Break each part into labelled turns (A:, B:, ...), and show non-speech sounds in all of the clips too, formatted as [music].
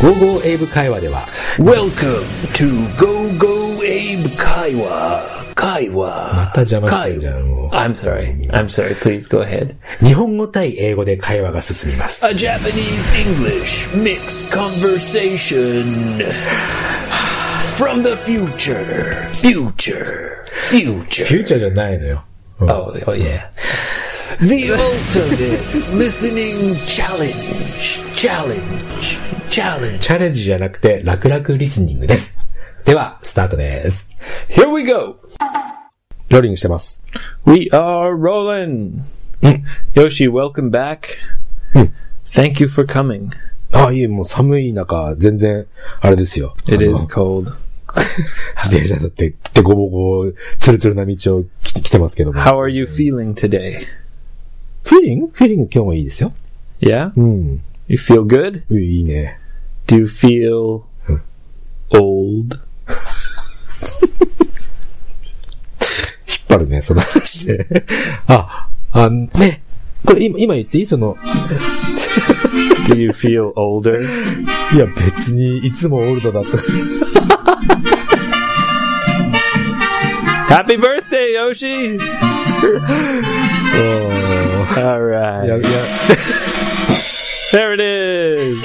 A: ゴーゴー英語会話では
B: Welcome to Go Go Abe Kaiwa.
A: ま
B: Kaiwa.
A: た邪魔してるじゃん。も
B: I'm sorry. I'm sorry. Please go ahead.
A: う日本語対英語で会話が進みます。
B: A Japanese English mixed conversation from the future. Future. Future.
A: フューチャーじゃないのよ。うん
B: Oh, oh yeah. The ultimate [laughs] listening challenge. Challenge. Challenge.
A: チャレンジじゃなくて楽々リスニングです。では、スタートです。
B: Here we go.
A: ローリングしてます。
B: We are rolling. Yoshi, welcome back. Thank you for coming.
A: ああ、いい、もう寒い中、全然、あれですよ。
B: It
A: あの
B: is cold.
A: 自転車だって、でこぼこ、つるつるな道を来て来てますけども。
B: How are you feeling today?
A: フィーリングフィーリング今日もいいですよ。
B: Yeah?
A: うん。
B: You feel good?
A: うんいいね。
B: Do you feel old?
A: 引っ張るね、その話で。 [laughs] あ、あ、ね。これ今、今言っていいその、
B: Do you feel older?
A: いや別に、いつもオールドだった。
B: Happy birthday, Yoshi!
A: おー
B: All
A: いや、い
B: right.
A: や、
B: There it is.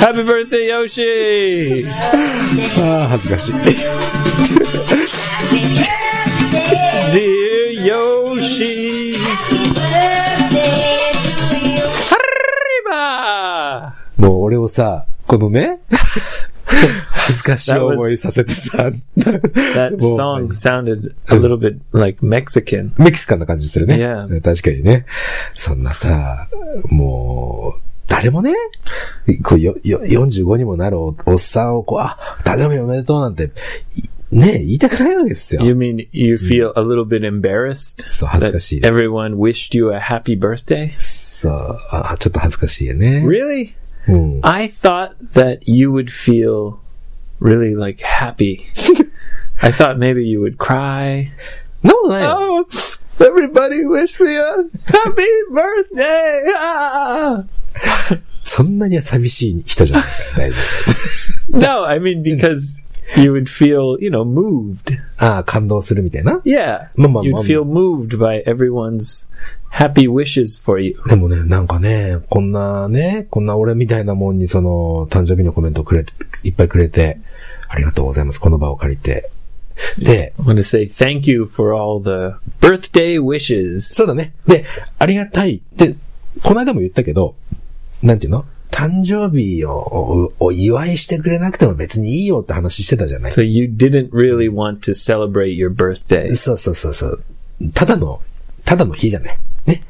B: Happy birthday, Yoshi!
A: あー恥ずかしい。
B: Dear Yoshi! Arriba!
A: もう俺をさ、このね、恥ずか
B: [laughs]
A: しい思いさせてさ、[laughs]
B: That
A: もう
B: song sounded a little bit like Mexican.
A: メキシカンな感じするね。
B: Yeah.
A: 確かにね。そんなさ、もう、誰もね、こうよよ45にもなるおおっさんをこう、あ、誕生日おめでとうなんて、いねえ、言いたくないわけですよ。
B: You mean you feel a little bit embarrassed
A: そう、恥ずか
B: that
A: しいです。
B: everyone wished you a happy birthday?
A: そう、あ、ちょっと恥ずかしいよね。
B: Really?
A: うん。
B: I thought that you would feel really like [laughs] happy. I thought maybe you would cry.
A: なことないよ。
B: Oh, everybody wish me a happy birthday! Ah!
A: そんなには寂しい人じゃないから大丈
B: No, I mean, because you would feel, you know, moved.
A: 夫。 [laughs] ああ、感動するみたいな。
B: Yeah.
A: Mum, mum, mum.
B: You'd feel moved by everyone's happy wishes for you.
A: でもね、なんかね、こんなね、こんな俺みたいなもんにその、誕生日のコメントをくれて、いっぱいくれて、ありがとうございます。この場を借りて。で、
B: I want to say thank you for all the birthday wishes.
A: そうだね。で、ありがたい。で、この間も言ったけど、なんていうの誕生日をおお祝いしてくれなくても別にいいよって話してたじゃない。
B: So you didn't really want to celebrate your birthday.
A: そうそうそうそう。ただの、ただの日じゃない。ね。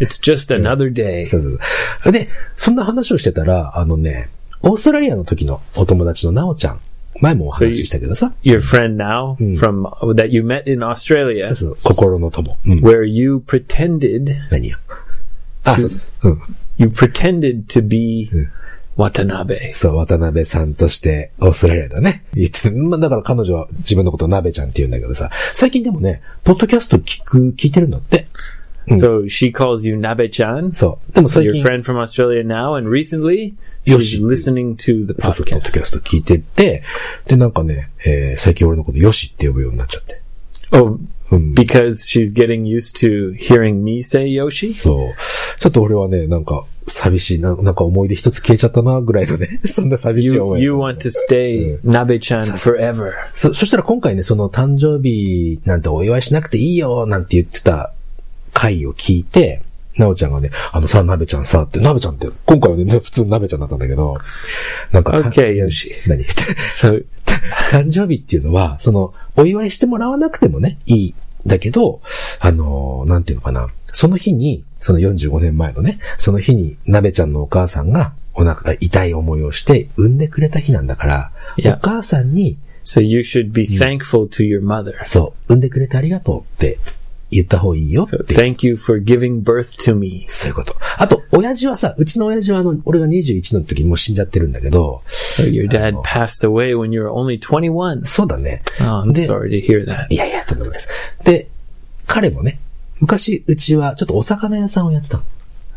B: It's just another day.
A: そうそうそう。で、そんな話をしてたら、あのね、オーストラリアの時のお友達のなおちゃん。前もお話ししたけどさ。
B: Your friend now from that you met in Australia
A: そうそう、心の友。うん。
B: where you pretended
A: 何よ。あ、そうそう。うん。
B: you pretended to be Watanabe.
A: そう、渡辺さんとして、オーストラリアだね。言ってまあ、だから彼女は自分のことを鍋ちゃんって言うんだけどさ。最近でもね、ポッドキャスト聞く、聞いてるんだって。
B: So she calls you Nabe-chan.
A: そう。でも最
B: your
A: 近、
B: friend from Australia now, and recently
A: Yoshi.
B: she's listening to the
A: そうそうポッドキ
B: podcast.
A: ャスト聞いてて、で、なんかね、えー最近俺のことヨシって呼ぶようになっちゃって。
B: Oh,
A: Hmm.
B: because she's getting used to hearing me say Yoshi.
A: そう。ちょっと俺はね、なんか、寂しいな、なんか思い出一つ消えちゃったな、ぐらいのね。 [laughs] そんな寂しい
B: You
A: 思い。
B: you want to stay Nabe-chan forever.
A: そ、そしたら今回ね、その誕生日なんてお祝いしなくていいよ、なんて言ってた回を聞いて、なおちゃんがね、あのさ、なべちゃんさ、って、なべちゃんって、今回はね、普通のなべちゃんだったんだけど、なんか、た
B: Okay, Yoshi.
A: 何
B: So
A: 誕生日っていうのは、その、お祝いしてもらわなくてもね、いい。だけど、あのーなんていうのかな。その日に、その45年前のね、その日に、なべちゃんのお母さんが、お腹、痛い思いをして、産んでくれた日なんだから、
B: いや
A: お母さんに、
B: so you should be thankful to your mother.
A: そう、産んでくれてありがとうって言った方がいいよって
B: So thank you for giving birth to me.
A: そういうこと。あと、親父はさ、うちの親父はあの、俺が21の時にもう死んじゃってるんだけど、
B: So your dad passed away when you were only 21.
A: そうだね。
B: Oh, I'm
A: で、
B: sorry to hear that.
A: いやいや、とんでもないです。で、彼もね、昔、うちはちょっとお魚屋さんをやってたの。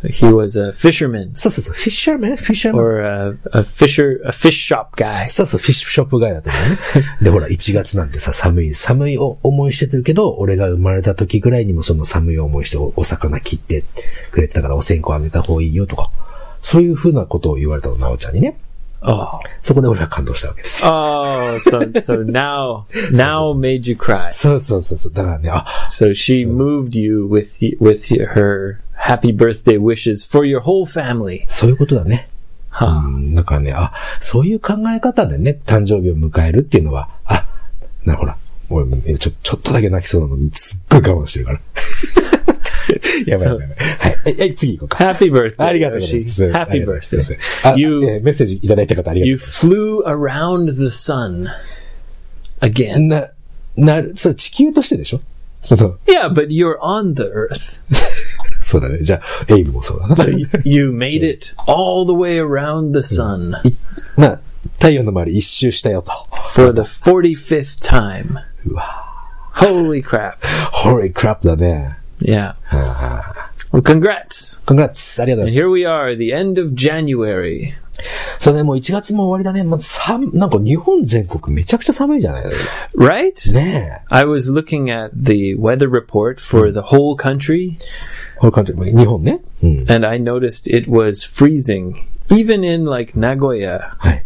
B: He was a fisherman
A: そうそうそう、フィッシャーメンフィッシャーメン
B: or a, a fisher, a fish shop guy.
A: そうそう、フィッショップ街だったもんね。で、ほら、1月なんてさ、寒い、寒いお思いしてるけど、俺が生まれた時ぐらいにもその寒い思いしておお魚切ってくれてたからお線香あげた方がいいよとか、そういうふうなことを言われたの、なおちゃんにね。
B: Oh,
A: そこで俺は感動したわけですよ。
B: oh, so so now now made you cry.
A: そうそうそうそう。だからね、あ、
B: So she moved you with y- with y- her happy birthday wishes for your whole family.
A: そういうことだね。う
B: Huh.
A: ん、だからね、あ、そういう考え方でね、誕生日を迎えるっていうのは、あ、な、ほら、俺、ちょ、ちょっとだけ泣きそうなのに、すっごい我慢して
B: [laughs]
A: るから。やばいやばいやばい。はい、はい、次行こうか。
B: Happy birthday,
A: ありがとうござい
B: Yoshi.
A: ます。あ
B: Happy
A: りがとうござい
B: birthday.
A: ますすいませんあ
B: You-
A: えーメッセージいただいた方ありがとう
B: You flew around the sun again.
A: な、なる、それ地球としてでしょその、
B: Yeah, but you're on the earth.
A: そうだね。じゃあ、エイブもそうだな。
B: You- You made it all the way around the sun
A: いまあ、太陽の周り一周したよと。
B: for the 45th time.
A: うわ
B: Holy crap.
A: ホーリークラップだね。
B: Yeah. Well, congrats.
A: コングラッツありがとうござい
B: Here
A: ま
B: we are, the end of January.
A: す。そうね、もう1月も終わりだね。まあ、さなんか日本全国めちゃくちゃ寒いじゃない
B: Right?
A: ね
B: I was looking at the weather report for the whole country
A: え。この感じ、日本ね。うん。
B: and I noticed it was freezing. Even in like Nagoya
A: はい。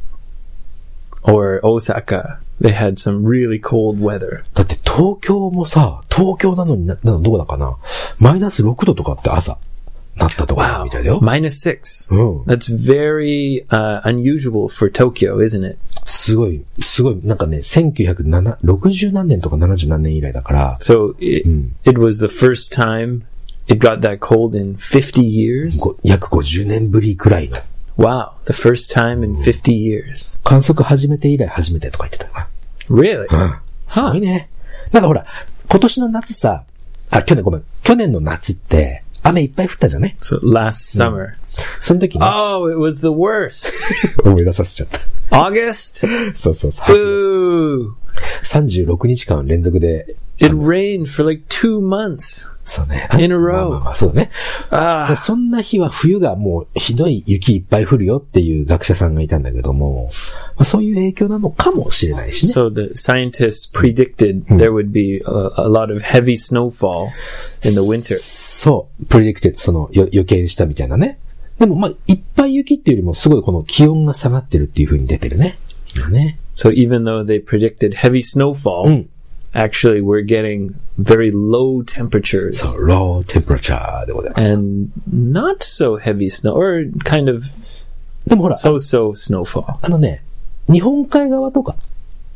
B: or Osaka, they had some really cold weather.
A: だって東京もさ、東京なのにな、なのどこだかなマイナス6度とかって朝、なったとかみたいだよ。
B: Minus six.
A: うん。
B: That's very uh, unusual for Tokyo, isn't it?
A: すごい、すごい、なんかね、1960何年とか70何年以来だから、
B: So it, it was the first time it got that cold in 50 years.
A: ご約50年ぶりくらいの。
B: Wow, the first time in 50 years.
A: 観測始めて以来初めてとか言ってたか
B: Really?
A: な。うん。すごいね。なんかほら、今年の夏さ、あ、去年ごめん、去年の夏って、雨いっぱい降ったじゃね
B: So last summer.
A: その時ね、
B: Oh, it was the worst.
A: 思い出させちゃった。 [laughs]
B: August?
A: そうそうそう。
B: Boo!
A: 36日間連続で、
B: It rained for like two months.
A: そうね。
B: In a row
A: まあまあまあ、そうだね。
B: Ah,
A: でそんな日は冬がもうひどい雪いっぱい降るよっていう学者さんがいたんだけども、まあ、そういう影響なのかもしれないしね。
B: so the scientists predicted there would be a, a lot of heavy snowfall in the winter.
A: そう、プレディクテッド、そのよ予見したみたいなね。でもまあ、いっぱい雪っていうよりもすごいこの気温が下がってるっていう風に出てるね。今ね。
B: So even though they predicted heavy snowfall,
A: Mm.
B: actually we're getting very low temperatures
A: そう、ローテンプラチャーでございます。
B: and not so heavy snow or kind of
A: でもほら、
B: so-so snowfall.
A: あのね、日本海側とか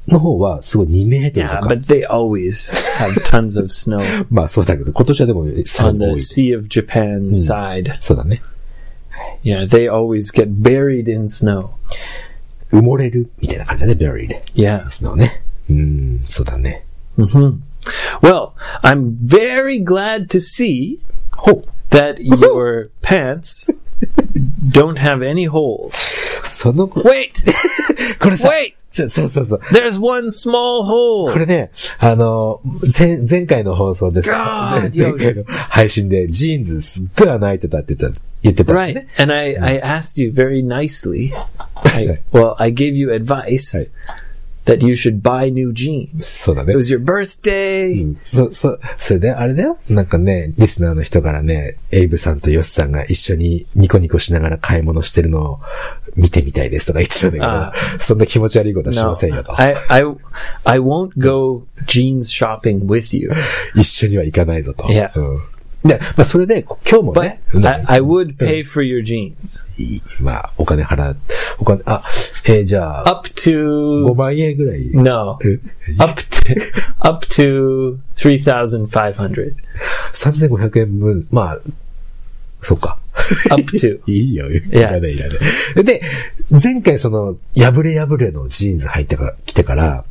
A: の方はすごい2メートル
B: Yeah,
A: とか。
B: Uh, but they always have tons of snow
A: まあそうだけど、今年はでも3
B: on
A: 度多
B: the
A: い。
B: Sea of Japan side.
A: そうだね。
B: Yeah, they always get buried in snow.
A: 埋もれるみたいな感じだね、ベリーで。
B: Yeah.
A: スノーね。うん、そうだね。
B: Well, I'm very glad to see
A: ほ
B: Oh.
A: う。
B: that your [laughs] pants don't have any holes.
A: その子、
B: Wait,
A: これさ、
B: wait.
A: ちょそうそうそう。
B: [laughs] There's one small
A: こ
B: hole.
A: れね、あの、前、前回の放送です。前
B: God
A: 前回の配信で、ジーンズすっごい穴開いてたって言った、言ってた、ね。
B: Right. And I, I asked you very nicely. I, well, I gave you advice
A: Right.
B: that you should buy new jeans.
A: そうだ
B: It
A: ね。
B: was your birthday.
A: そ、そ、それで、あれだよなんかね、リスナーの人からね、エイブさんとヨシさんが一緒にニコニコしながら買い物してるのを見てみたいですとか言ってたんだ
B: あ
A: けど、そんな気持ち悪いことはし
B: No,
A: ませんよと。
B: I, I, I won't go jeans shopping with [laughs] you,
A: 一緒には行かないぞと。
B: いや
A: うん。で、まあ、それで、今日も
B: but
A: ね、うん
B: I, I would pay for your jeans
A: いいまあ、お金払う、お金、あ、えーじゃあ、
B: up to
A: 5万円ぐらい。
B: No.
A: え
B: Up to up to three thousand five hundred.
A: 3500円分、まあ、そうか。
B: Up to.
A: いいよ、い
B: や
A: らない、いらない。で、前回その、破れ破れのジーンズ入ってか、来てから、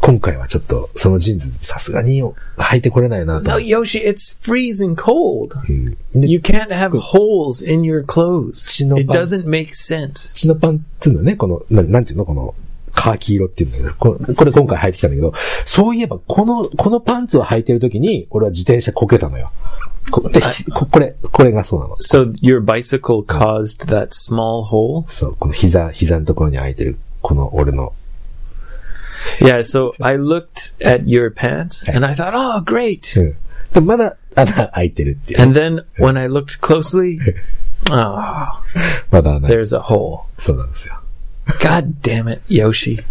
A: 今回はちょっと、そのジーンズ、さすがに履いてこれないなと
B: [laughs] No, Yoshi, it's freezing cold.
A: うん。で、う
B: You can't have holes in your clothes.
A: Shinobari.
B: It doesn't make sense.
A: ちのパンっていうのはね、この、ななんていうのこの、カーキ色っていうのこれ、これ今回履いてきたんだけど、そういえば、この、このパンツを履いてる時に、俺は自転車こけたのよ。こでひここれ、これがそうなの。
B: So your bicycle caused that small hole?
A: そう、この膝、膝のところに空いてる、この俺の
B: Yeah, so I looked at your pants and I thought, oh, great.
A: うん。で、まだ穴開いてるっていう。
B: And then when I looked [laughs] closely, ah,
A: まだ穴。
B: there's a hole.
A: そうなんですよ。
B: God damn it, Yoshi.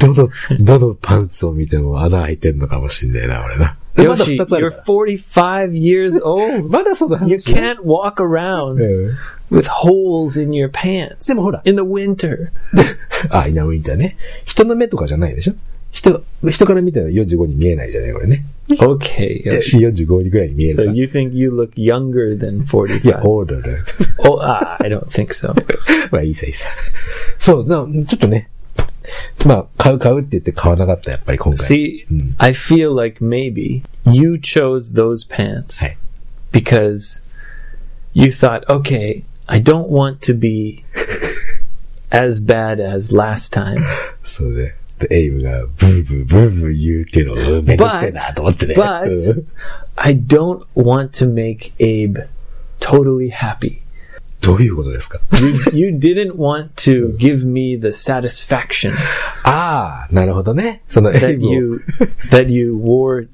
A: どの、どのパンツを見ても穴開いてんのかもしんねえな、俺な。でまだ
B: Yoshi,
A: 二つあ
B: you're
A: るから。
B: 45 years [laughs] old.
A: まだその
B: You
A: 話。
B: can't walk around
A: うん
B: with holes in your pants
A: でもほら。
B: in the winter.
A: あ、イナウィンターね。人の目とかじゃないでしょ人、人から見たら45に見えないじゃない、これね。
B: Okay,
A: で
B: Yoshi.
A: 45にぐらいに見え
B: So
A: るから。い
B: you think you look younger than
A: や、
B: 45?
A: オールだ。
B: Oh, ah, I don't think so.
A: まあ、いいさ、いいさ。そう、な、ちょっとね。まあ、買う買うって言って買わなかった、やっぱり今回。
B: See, I feel like maybe you chose those pants
A: Hey.
B: because you thought, okay, I don't want to be as bad as last time,
A: そうね。で、エイブがブーブーブーブー言うっていうの [laughs] もめんどくせえなと思ってね。
B: but
A: うん
B: I don't want to make Abe totally happy.
A: どういうことですか
B: You, you didn't want to give me the satisfaction
A: [laughs] ああ、なるほどね。そのエイ
B: that
A: ブを、
B: you [laughs] that you wore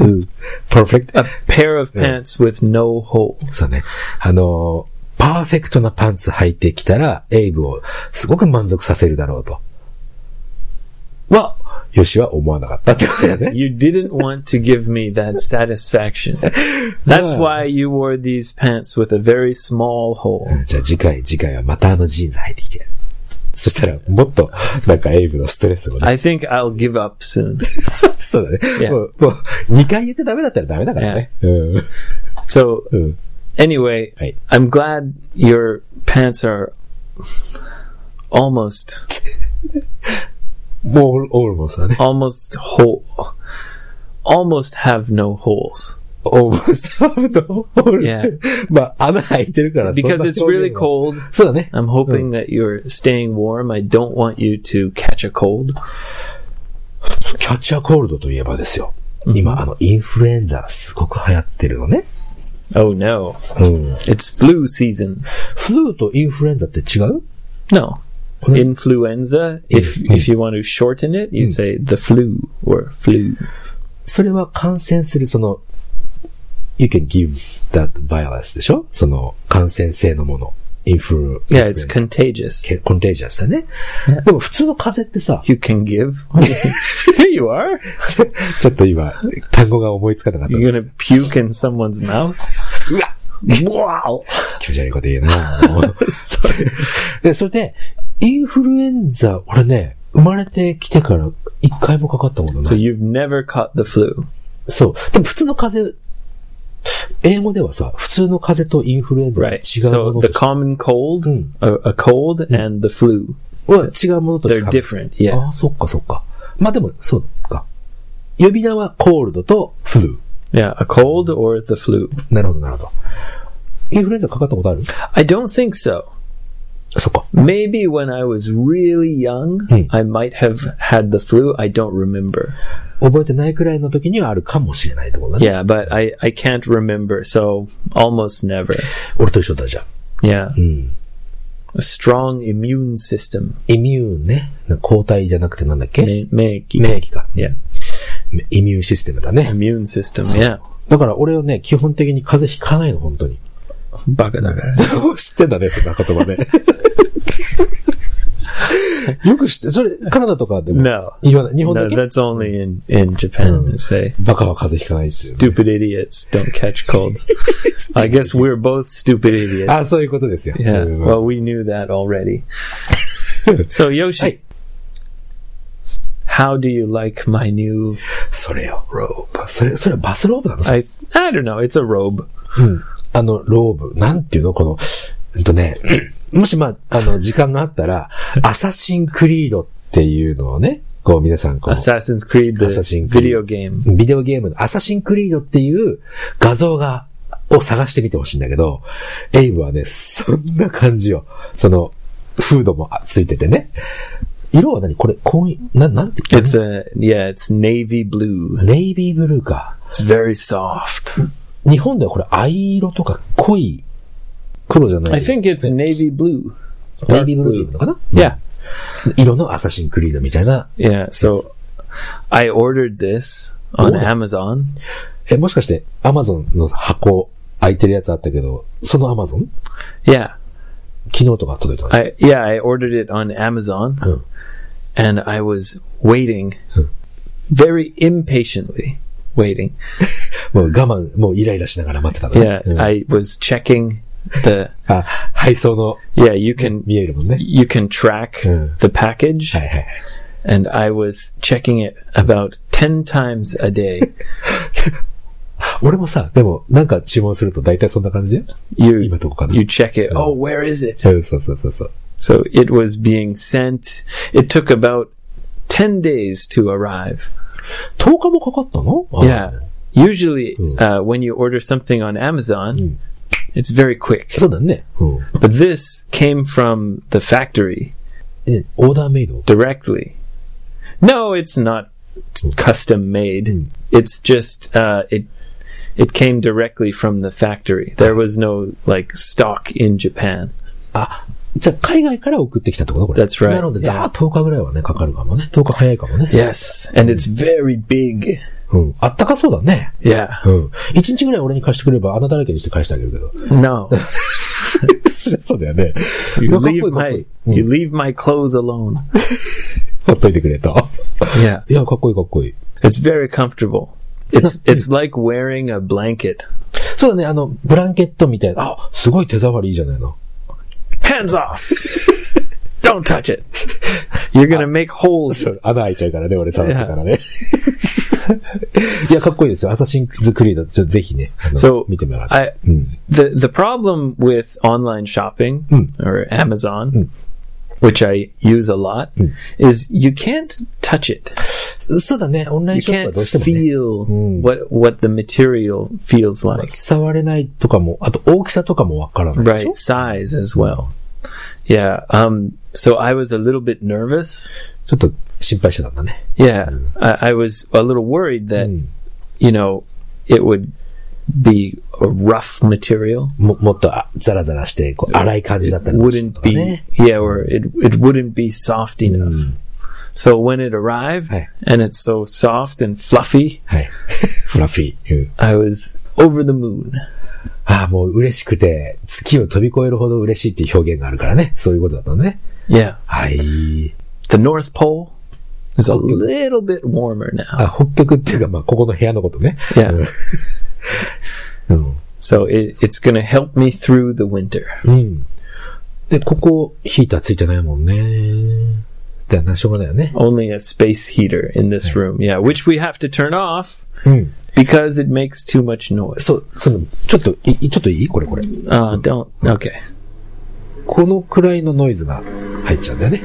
A: うん、パーフェクト
B: a。pair of pants with no hole.
A: そうね。あのーパーフェクトなパンツ履いてきたら、エイブをすごく満足させるだろうと。は、ヨシは思わなかったってことだよ [laughs] ね。
B: You didn't want to give me that satisfaction. That's
A: Yeah.
B: why you wore these pants with a very small hole.
A: じゃあ次回、次回はまたあのジーンズ履いてきてやる。そしたら、もっと、なんかエイブのストレスをね。
B: I think I'll give up soon.
A: そうだね。
B: Yeah.
A: もう、もう、2回言ってダメだったらダメだからね。うん。
B: So
A: うん。
B: anyway,
A: Right.
B: I'm glad your pants are almost
A: もう、オールモスだね。
B: almost whole almost have no holes
A: オーモスタブのオール。
B: Yeah.
A: まあ、穴開いてるから
B: because it's
A: そんな表
B: really
A: 現は
B: cold.
A: そうだね。
B: I'm
A: Oh.
B: hoping that you're staying warm. I don't want you to catch a cold.
A: キャッチャーコールドといえばですよ。今、あの、インフルエンザがすごく流行ってるのね。
B: Oh no.
A: うん。
B: It's flu season.
A: フルーとインフルエンザって違う
B: No.
A: Hmm.
B: Influenza. If
A: Hmm.
B: if you want to shorten it, you say the flu or flu.
A: それは感染するその、you can give that virus でしょその、感染性のもの。インフルエ
B: Yeah,
A: ン
B: it's
A: ザ。
B: contagious.
A: コンテージャスだね。でも普通の風邪ってさ、
B: You can give. [laughs] Here you are. [laughs]
A: ちょちょっと今、単語が思いつかなかった。
B: You're gonna puke in someone's mouth.
A: うわ
B: Wow.
A: 気持ち悪いこと言うなで、それで、インフルエンザ、俺ね、生まれてきてから一回もかかったことな
B: So
A: い。
B: you've never caught the flu.
A: そう。でも普通の風邪、英語ではさ、普通の風邪とインフルエンザは違
B: Right.
A: う
B: So
A: もの
B: the
A: とし
B: common cold,
A: Hmm.
B: a, a cold, and the flu,
A: は違うものとし
B: they're
A: か。
B: different. Yeah.
A: ああ、そっかそっか。まあでも、そうか。呼び名はコールドとフルー。
B: Yeah. A cold or the flu.
A: なるほど、なるほど。インフルエンザかかったことある
B: I don't think so.
A: そっか。
B: Maybe when I was really young,
A: Hmm.
B: I might have had the flu. I don't remember.
A: 覚えてないくらいの時にはあるかもしれないってことだね。
B: Yeah, but I, I can't remember, so almost never.
A: 俺と一緒だじゃん。
B: Yeah.
A: うん。
B: A strong immune system.
A: イミューンね。なんか抗体じゃなくてなんだっけ、
B: Me- meiki.
A: 免疫か。
B: Yeah.
A: イミューンシステムだね。
B: Immune system. Yeah.
A: だから俺はね、基本的に風邪ひかないの、本当に。 [laughs]
B: バカだから。
A: 知ってんだね、そんな言 [laughs] 葉ね。よく知って、それ、カナダとかでも
B: No.
A: 言わない。日本だ
B: No,
A: け
B: that's only in, in Japan. They say
A: バカは風邪ひかないっていう。
B: stupid idiots don't catch colds. I guess we're both stupid idiots.
A: あ、そういうことですよ。
B: Yeah.
A: うん
B: Well, we knew that
A: [laughs]
B: already. So,
A: Hey.
B: Yoshi, how do you like my new
A: それよ、ローブ。それ、それはバスローブなの
B: I I don't know. It's a robe.
A: Oh. あの、ローブ、なんていうのこの、うんとね、 [clears throat] もしまあ、あの、時間があったら、アサシンクリードっていうのをね、こう皆さん、こう、
B: Assassin's Creed, the
A: Assassin's Creed.
B: video game.
A: ビデオゲームのアサシンクリードっていう画像が、を探してみてほしいんだけど、エイブはね、そんな感じよ。その、フードもついててね。色は何これ、こういな、なんて言っ
B: It's
A: た
B: a yeah, it's navy blue.
A: ネイビーブルーか。
B: It's very soft.
A: 日本ではこれ、藍色とか濃い黒じゃない。
B: I think it's navy blue.
A: ネイビーブルーっていうのかな
B: Yeah.
A: 色のアサシンクリードみたいな。
B: Yeah. So I ordered this on
A: Ooh.
B: Amazon.
A: え、もしかして、アマゾンの箱、開いてるやつあったけど、そのアマゾン
B: Yeah.
A: 昨日とか届いたの
B: I yeah, I ordered it on Amazon
A: Oh.
B: and I was waiting very impatiently waiting.
A: もう我慢、もうイライラしながら待ってたのね。
B: Yeah,
A: うん
B: I was checking the
A: あ、配送の
B: yeah, you can
A: 見えるもんね。
B: you can track
A: Yeah.
B: the package
A: はいはいはい。
B: and I was checking it about 10 times a [laughs] day.
A: 俺もさ、でも、なんか注文すると大体そんな感じだよ
B: You
A: 今どこかな
B: you check it. Oh, where is it?
A: そうそうそうそう。
B: So it was being sent. It took about 10 days to arrive.
A: 10日もかかったの
B: yeah.
A: あ
B: Usually,
A: Hmm.
B: uh, when you order something on Amazon,
A: Hmm.
B: it's very quick.
A: そうだね。うん。
B: But this came from the factory
A: え、オーダーメイド
B: directly. No, it's not custom made.
A: Hmm.
B: It's just, uh, it, it came directly from the factory. There was no, like, stock in Japan.
A: あ、じゃあ海外から送ってきたってことこれ。
B: That's right.
A: なので、じゃ
B: Yeah.
A: あ10日ぐらいはね、かかるかもね。10日早いかもね。
B: Yes. And it's very big.
A: うん。あったかそうだね。
B: Yeah.
A: うん。1日ぐらい俺に貸してくれば穴だらけにして返してあげるけど。 [laughs]
B: [laughs] No.
A: そりゃそうだよね。
B: You
A: かっこいい
B: leave
A: かっこい
B: my
A: い
B: you leave my clothes alone.
A: ほっといてくれと。 [laughs]
B: Yeah.
A: いや、かっこいいかっこいい。
B: It's very comfortable. It's it's like wearing a blanket.
A: そうだね、あの、ブランケットみたいな。あ、すごい手触りいいじゃないの。
B: Hands off. [laughs] Don't touch it. You're going to make holes.
A: そう穴開いちゃうからね、俺触ってたら
B: [laughs]
A: ね。いや、かっこいいですよ。アサシンズクリード、ちょぜひね、あの
B: So
A: 見てもらって。
B: I the the problem with online shopping or Amazon which I use a lot is you can't touch it.
A: そうだね、オンライン
B: You
A: ショップは
B: can't
A: どうしても、ね、
B: feel what what the material feels like.
A: 触れないとかも、あと大きさとかもわからないでしょ
B: right size as well yeah um so i was a little bit nervous
A: ちょっと心配してたんだね。
B: yeah I, I was a little worried that you know it would be a rough material
A: も、もっとあザラザラして、こう、荒い感じだったりもする
B: wouldn't
A: とか
B: be
A: ね。
B: yeah or it, it wouldn't be soft enough so when it arrived
A: Hey.
B: and it's so soft and fluffy
A: はい。 [laughs] フラッフィー。うん
B: i was over the moon
A: ああ、もう嬉しくて、月を飛び越えるほど嬉しいっていう表現があるからね。そういうことだったのね。
B: yeah
A: はい。
B: the north pole is a little bit warmer now
A: あ、北極っていうか、まあ、ここの部屋のことね。
B: yeah
A: うん。
B: so it, it's gonna help me through the winter
A: うん。で、ここ、ヒーターついてないもんね。だよな、しょうがないよね。
B: only a space heater in this room. Yeah, which we have to turn off
A: うん。
B: because it makes too much noise.
A: そう、その、ちょっと、い、いちょっといいこれこれ。
B: Uh, don't. Okay.
A: このくらいのノイズが入っちゃうんだよね。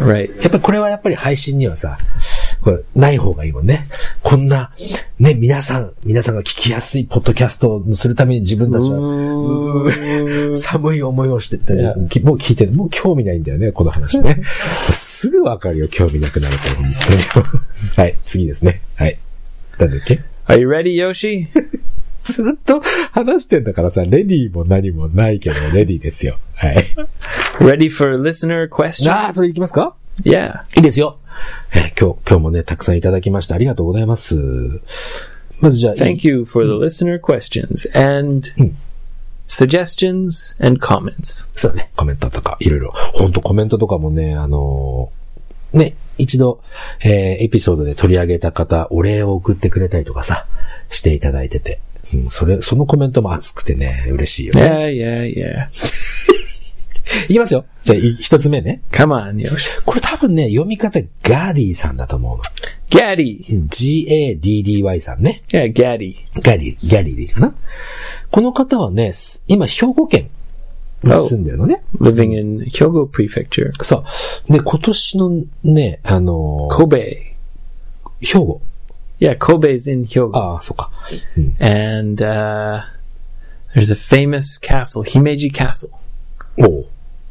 B: Right.
A: やっぱりこれはやっぱり配信にはさ、これない方がいいもんね。こんな、ね、皆さん、皆さんが聞きやすいポッドキャストをするために自分たちは、うーん [laughs] 寒い思いをしてって、
B: いや
A: きもう聞いてる、もう興味ないんだよね、この話 [laughs] ね。すぐわかるよ、興味なくなると。本当に [laughs] はい、次ですね。はい。なんだっけ
B: Are you ready, Yoshi?
A: ずっと話してんだからさ、レディーも何もないけど、レディーですよ。 [laughs] はい。
B: ready for listener question?
A: ああ、それいきますか
B: Yeah.
A: いいですよ。えー今日、今日もね、たくさんいただきました。ありがとうございます。まずじゃあ、
B: Thank you for the listener questions and suggestions and comments.
A: そうだね、コメントとか、いろいろ。ほんとコメントとかもね、あのーね、一度、えーエピソードで取り上げた方、お礼を送ってくれたりとかさ、していただいてて。うん、それ、そのコメントも熱くてね、嬉しいよね。
B: Yeah, yeah, yeah.
A: いきますよ。じゃあ、い一つ目ね。
B: Come on, Yoshi.
A: これ多分ね、読み方、ガーディさんだと思うの。
B: Gaddy.
A: G-A-D-D-Y さんね。
B: Yeah, Gaddy.
A: ガリ、ガリでいいかな。この方はね、す今、兵庫県に住んでるのね。
B: Living in Kyogo Prefecture,
A: そう。で、今年のね、あのー、
B: Kobe.
A: 兵庫。
B: Yeah, Kobe's in Kyogo.
A: ああ、そうか。
B: and uh, there's a famous castle, Himeji Castle,
A: おう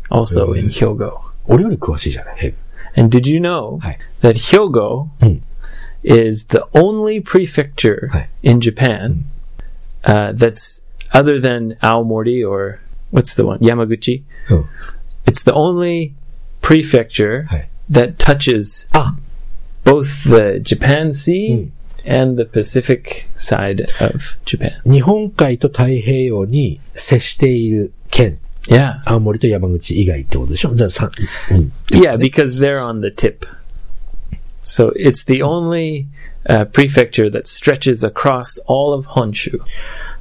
B: also in Hyogo.
A: 俺より詳しいじゃない。へ
B: And did you know
A: はい。
B: that Hyogo
A: うん。
B: is the only prefecture
A: はい。
B: in Japan uh, that's other than Aomori or what's the one Yamaguchi?
A: うん。
B: It's the only prefecture
A: はい。
B: that touches
A: あ、
B: both the Japan Sea
A: Mm.
B: and the Pacific side of Japan.
A: 日本海と太平洋に接している県。
B: Yeah.
A: 青森と山口以外ってことでしょじゃあさうん。
B: Yeah, because they're on the tip. So it's the only uh, prefecture that stretches across all of Honshu.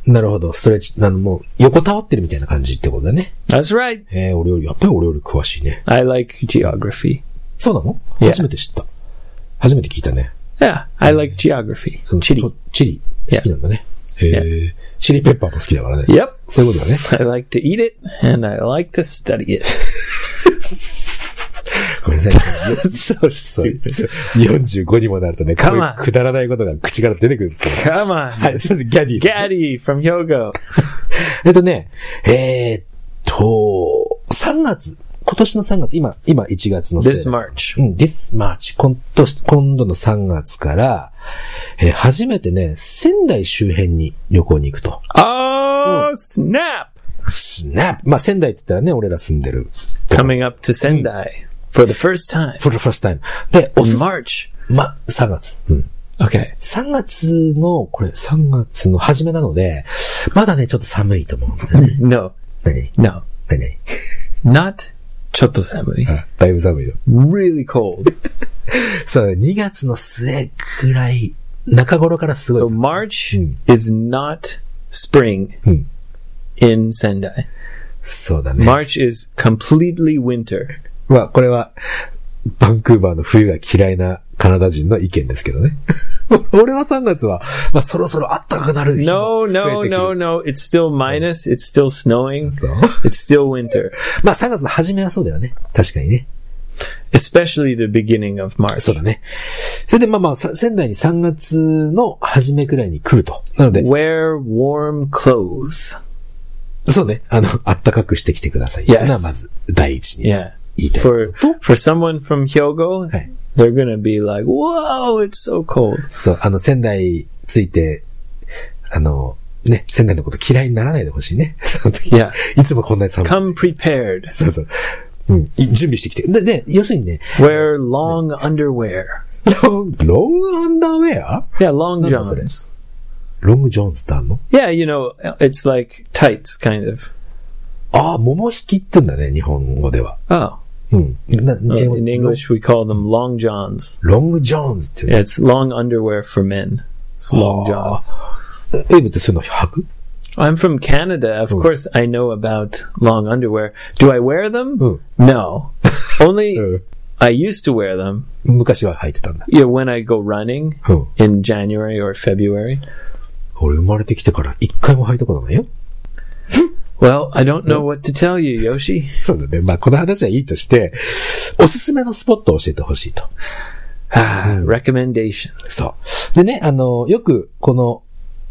A: なるほど。ストレッチ、あの、もう、横たわってるみたいな感じってことだね。
B: That's right.
A: えー、お料理、やっぱりお料理詳しいね。
B: I like geography.
A: そうなの
B: Yeah.
A: 初めて知った。初めて聞いたね。
B: Yeah, I like geography.
A: その
B: Chile.
A: とチリ。好きなんだね。えー、チリペッパーも好きだからね。
B: Yep.
A: そういうことだね。
B: I like to eat it and I like to study it. [laughs]
A: ごめんなさい。そ
B: so
A: う
B: stupid.
A: [laughs] そう45にもなるとね、こうい
B: Come on.
A: うくだらないことが口から出てくるんですよ。
B: Come on.
A: はい、すいません、ギャディーさん
B: Gaddy from Hyogo.
A: えっとね、えーっと、3月、今年の3月、今、今1月のせい
B: This March.
A: うん、this March 今年、今度の3月から、えー初めてね、仙台周辺に旅行に行くと。
B: Oh, snap!
A: スナップまあ、仙台って言ったらね、俺ら住んでる。
B: Coming up to Sendai for the first time
A: for the first time. で、おす
B: in
A: す、
B: March.
A: ま、3月。うん。
B: Okay.
A: 3月の、これ3月の初めなので、まだね、ちょっと寒いと思うんだよ [laughs] ね。
B: No,
A: 何
B: no.
A: 何何
B: Not chotosamui.
A: あだいぶ寒いよ。
B: Really cold.
A: そう、2月の末くらい、中頃からすごい
B: So
A: です。
B: March is not spring
A: Hmm.
B: in Sendai.
A: そうだね。
B: March is completely winter.
A: まあ、これは、バンクーバーの冬が嫌いなカナダ人の意見ですけどね。 [laughs] 俺は3月は、まあ、そろそろ暖かくなる日も
B: No,
A: 増えてくる。
B: no, no, no. It's still minus. It's still snowing.
A: そう
B: It's still winter.
A: まあ、3月の初めはそうだよね。確かにね。
B: Especially the beginning of March.
A: そうだね。それで、まあまあ、さ仙台に3月の初めくらいに来ると。なので、
B: Wear warm clothes.
A: そうね。あの、暖かくしてきてください。
B: Yes.
A: な、まず、第一に
B: Yeah.
A: 言いたい。
B: For for someone from Hyogo,
A: Hey.
B: they're gonna be like, "Whoa, it's so cold."
A: そう、あの、仙台ついて、あの、ね、仙台のこと嫌いにならないでほしいね。 [laughs] その時
B: Yeah.
A: いつもこんなに寒い。
B: Come prepared.
A: そうそう。うん、い準備してきて。で、で、要するにね、
B: Wear long [laughs] underwear.
A: ロンロングアンダーウェア
B: Yeah, long
A: なんだそれ
B: johns.
A: ロングジョーンズってあんの
B: Yeah, you know, it's like tights, kind of.
A: ああ、桃引きって言うんだね、日本語では。
B: Oh,
A: うん。な
B: Uh,
A: 英語
B: in English we call them long johns.
A: ロングジョーンズって言
B: Yeah,
A: う
B: it's long underwear for men. It's long johns.
A: の。エイブってそういうの履く
B: I'm from Canada. Of course, I know about long underwear. Do I wear them?
A: Mm.
B: No. Only
A: Mm.
B: I used to wear them.
A: 昔は履いてたんだ。
B: You know, when I go running
A: うん。
B: in January or February.
A: 俺生まれてきてから一回も履いたことないよ。
B: Well, I don't know what to tell you, Yoshi.
A: そうだね。まあ、この話はいいとして、おすすめのスポットを教えてほしいと。
B: Ah, recommendations.
A: そう。でね、あの、よく、この、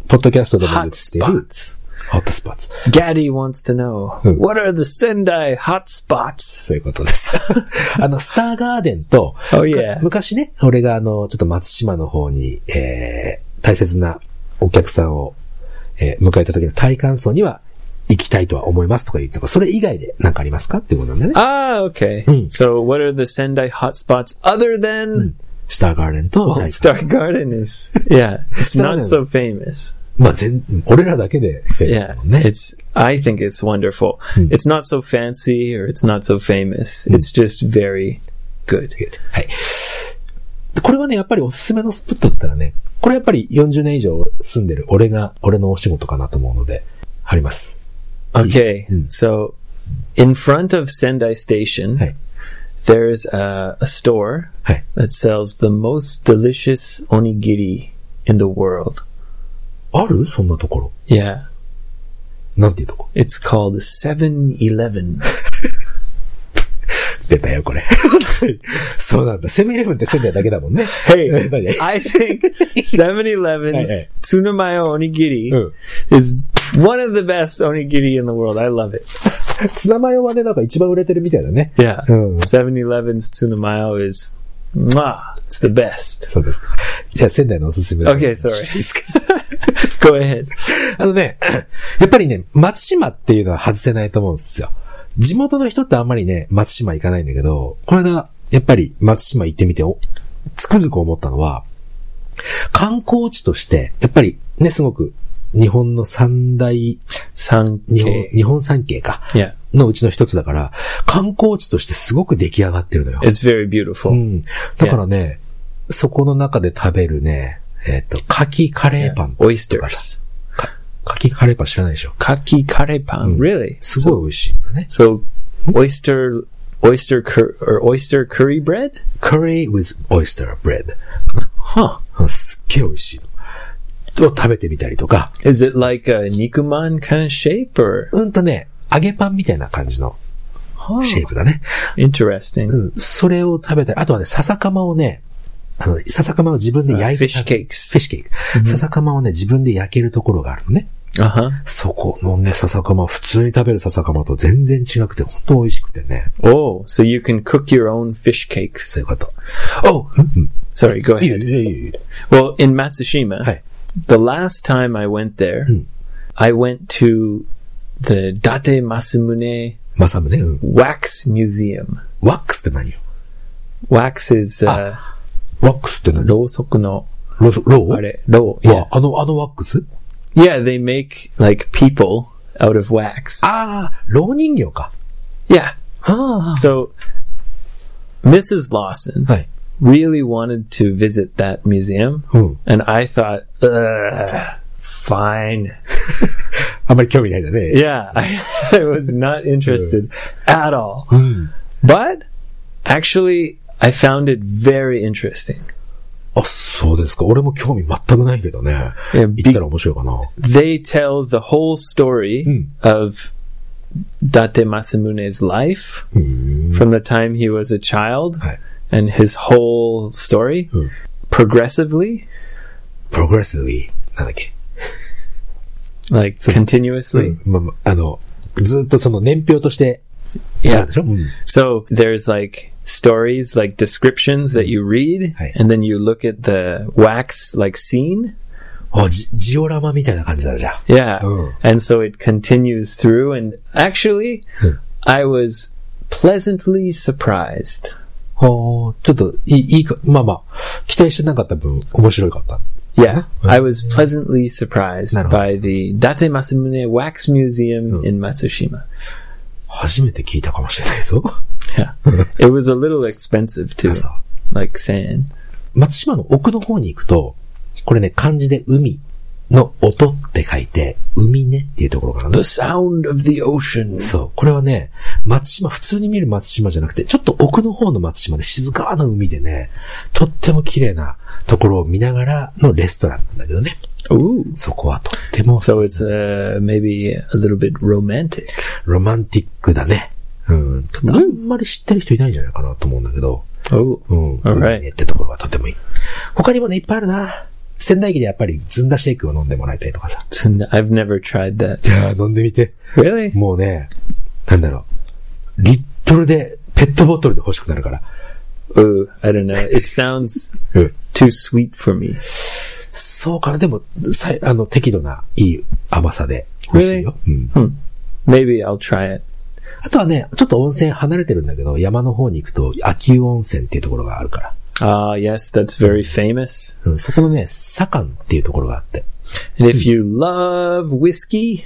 A: ポッドキャストでも言
B: Hot
A: っている、
B: spots.
A: ホットスポッツ。
B: Gaddy wants to know
A: Mm.
B: what are the Sendai hot spots?
A: そういうことです。 [laughs] あの、スターガーデンと、
B: Oh, yeah.
A: 昔ね、俺があの、ちょっと松島の方に、えー、大切なお客さんを、えー、迎えた時の体感層には、行きたいとは思いますとか言ってそれ以外で何かありますかっていうことなんだよね。
B: Ah, okay.
A: Mm.
B: So, what are the Sendai hot spots other than
A: スターガーデンと
B: Well,
A: 体感
B: Star Garden is [laughs] yeah, it's
A: Star
B: not so famous. Oh,
A: まあ、全、俺らだけで、フェリスだ
B: Yeah,
A: もんね。
B: it's I think it's wonderful. It's not so fancy or it's not so famous. It's just very good.
A: はい。これはね、やっぱりおすすめのスポットだったらね、これやっぱり40年以上住んでる俺が、俺のお仕事かなと思うので、あります。
B: Hmm. Okay,
A: Mm.
B: so in front of Sendai Station,
A: Hey.
B: there's a, a store
A: Hey.
B: that sells the most delicious onigiri in the world.
A: あるそんなところ。
B: Yeah,
A: なんていうとこ
B: it's called 7-Eleven.
A: 出たよ、これ。 [laughs] そうなんだ。セブンイレブンって仙台だけだもんね。[laughs]
B: Hey,
A: 何
B: [laughs] I [laughs] think 7 Eleven's
A: Hey, hey.
B: Tsunamayo Onigiri
A: Mm.
B: is one of the best onigiri in the world. I love it.
A: ツナマヨはね、なんか一番売れてるみたいだね。
B: Yeah.
A: うん。
B: 7 Eleven's Tsunamayo is, mwah, it's the best. [laughs]
A: そうですか。じゃあ、仙台のおすすめ
B: Okay, sorry.
A: いいですか
B: Go ahead.
A: あのね、 [clears throat] やっぱりね、松島っていうのは外せないと思うんですよ。地元の人ってあんまりね、松島行かないんだけど、これが、やっぱり松島行ってみて、おつくづく思ったのは、観光地として、やっぱりね、すごく、日本の三大、日本、
B: Sankei.
A: 日本三景か、
B: Yeah.
A: のうちの一つだから、観光地としてすごく出来上がってるのよ。
B: It's very
A: う
B: beautiful.
A: ん。だからね、そこの中で食べるね、えっ、と、柿カレーパン。
B: Oysters.
A: 柿カレーパン知らないでしょ。
B: Kaki karepan. Really?
A: すごい美味しいよね。
B: So, oyster, oyster cur- or oyster curry bread?
A: curry with oyster bread.
B: Huh.
A: うんすっげえ美味しいの。を食べてみたりとか。
B: Is it like a nikuman kind of shape or?
A: うんとね、揚げパンみたいな感じの
B: Huh.
A: シェイプだね。う
B: Interesting.
A: ん。それを食べたり、あとはね、笹かまをね、あの、笹かまを自分で焼いて
B: Fish
A: 食べ、フィ
B: cakes.
A: ッシュケーキ。笹かまをね、自分で焼けるところがあるのね。
B: Uh huh.
A: そこのね、笹かま、普通に食べる笹かまと全然違くて、本当美味しくてね。
B: Oh, so you can cook your own fish cakes.
A: そういうこと。おう、うん、
B: Sorry, go
A: いいよ、
B: ahead.
A: いいよ、いいよ。
B: Well, in Matsushima,
A: はい。
B: the last time I went there, I went to the Date Masamune
A: まさむね、うん。
B: Wax Museum.
A: ワックスって何よ
B: Wax is uh,
A: ワックスって何ロ
B: rosoku no
A: ロロー
B: are ro.
A: わ、あの、あのワックス
B: Yeah, they make like people out of wax.
A: ああ、老人形か。
B: Yeah.
A: あ
B: So Mrs. Lawson
A: はい。
B: really wanted to visit that museum,
A: うん。
B: and I thought, Ugh, fine.
A: あんまり興味ないんだね。
B: Yeah, [laughs] I, I was not interested at all. But actually, I found it very interesting.
A: あ、そうですか。俺も興味全くないけどね。
B: いや
A: 行ったら面白いかな。
B: They tell the whole story
A: Mm.
B: of Date Masamune's life
A: うーん。
B: from the time he was a child
A: Right.
B: and his whole story
A: Mm.
B: progressively,
A: プログレスウィー。なんだっけ。
B: like continuously.
A: まあまあ、あの、ずっとその年表として、
B: Yeah.
A: あるでしょうん。
B: So there's like stories, like descriptions that you read,
A: Right.
B: and then you look at the wax like scene.
A: あ、ジジオラマみたいな感じだじゃん。
B: Yeah.
A: Oh.
B: And so it continues through. And actually, I was pleasantly surprised.
A: はあ、ちょっと、いい、いいか、まあまあ、期待してなかった分、面白かった。
B: Yeah. I was pleasantly surprised
A: Not all.
B: by the Date Masamune Wax Museum in [laughs] Matsushima.
A: 初めて聞いたかもしれないぞ。
B: Yeah. it was a little expensive too,
A: あそう
B: like sand.
A: 松島の奥の方に行くと、これね、漢字で海の音って書いて、海ねっていうところからね
B: The。sound of the ocean.
A: そう。これはね、松島、普通に見る松島じゃなくて、ちょっと奥の方の松島で静かな海でね、とっても綺麗なところを見ながらのレストランなんだけどね。
B: Ooh.
A: そこはとっても
B: So it's uh, maybe a little bit romantic.
A: ロマンティックだね。うん。ちょっとあんまり知ってる人いないんじゃないかなと思うんだけど。
B: Oh,
A: うん。
B: All
A: 海
B: right.
A: ねってところはとてもいい。他にもね、いっぱいあるな。仙台駅でやっぱりずんだシェイクを飲んでもらいたいとかさ。
B: I've never tried that.
A: いやー飲んでみて。
B: Really?
A: もうね、なんだろう。リットルで、ペットボトルで欲しくなるから。
B: Ooh, I don't know. It sounds
A: うん。
B: too sweet for me.
A: そうかな。でも、さいあの、適度な、いい甘さで、美味しいよ。うん。
B: Hmm. Maybe I'll try it.
A: あとはね、ちょっと温泉離れてるんだけど、山の方に行くと、秋保温泉っていうところがあるから。
B: Ah, yes, that's very famous.
A: うん、そこのね、左官っていうところがあって。
B: And if you love whiskey,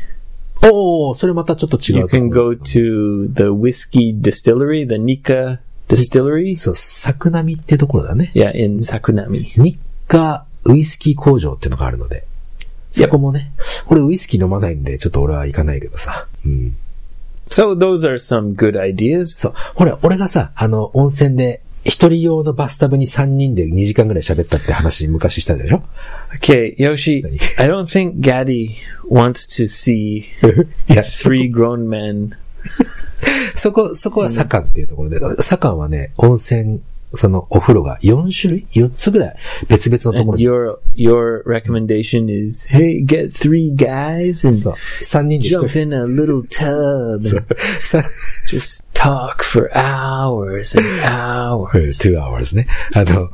A: おー、それまたちょっと違
B: you
A: うと
B: can
A: ころ。
B: go to the whiskey distillery, the Nika distillery.
A: そう、桜波ってところだね。
B: Yeah, in Sakunami.
A: 日課ウイスキー工場ってのがあるので。そこもね、俺ウイスキー飲まないんで、ちょっと俺は行かないけどさ。うん。
B: So those are some good ideas.
A: そう。ほら、俺がさ、あの、温泉で、一人用のバスタブに3人で2時間ぐらい喋ったって話昔した
B: [laughs]
A: でしょ
B: Okay, Yoshi,
A: Thank
B: I don't think Gaddy wants to see
A: いや、そ
B: three grown men.
A: そこ、そこは左官っていうところで、左官はね、温泉そのお風呂が4種類 ?4 つぐらい別々のとこ
B: And
A: ろに。
B: your your recommendation is, hey, get three guys
A: そう
B: and
A: 3人で1
B: jump
A: 人。
B: in a little tub
A: そ
B: and
A: う [laughs] さ
B: just talk for hours and hours.
A: 2 hours ね。あの、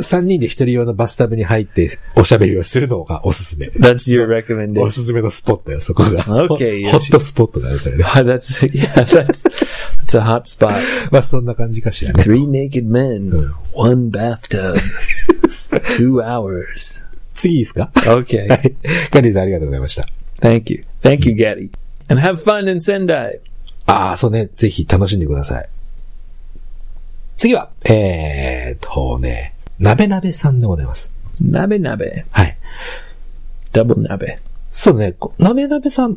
A: 3人で1人用のバスタブに入っておしゃべりをするのがおすすめ。
B: That's your
A: お
B: recommendation.
A: すすめのスポットよ、そこ [laughs] が。
B: OK
A: ホ
B: よし
A: ホットスポットだね、それね。
B: [laughs] that's yeah, that's that's a hot spot.
A: まあそんな感じかしらね。
B: Three naked men, one bathtub, two hours.
A: 次いいですか [laughs]
B: Okay,
A: はい。ガリーさんありがとうございました。
B: thank you, thank you, Gaddy, and have fun in Sendai.
A: ああ、そうね。ぜひ楽しんでください。次は、えーっとね、なべなべさんでございます。
B: Nabe nabe,
A: はい。
B: double nabe.
A: そうね、こなべなべさん、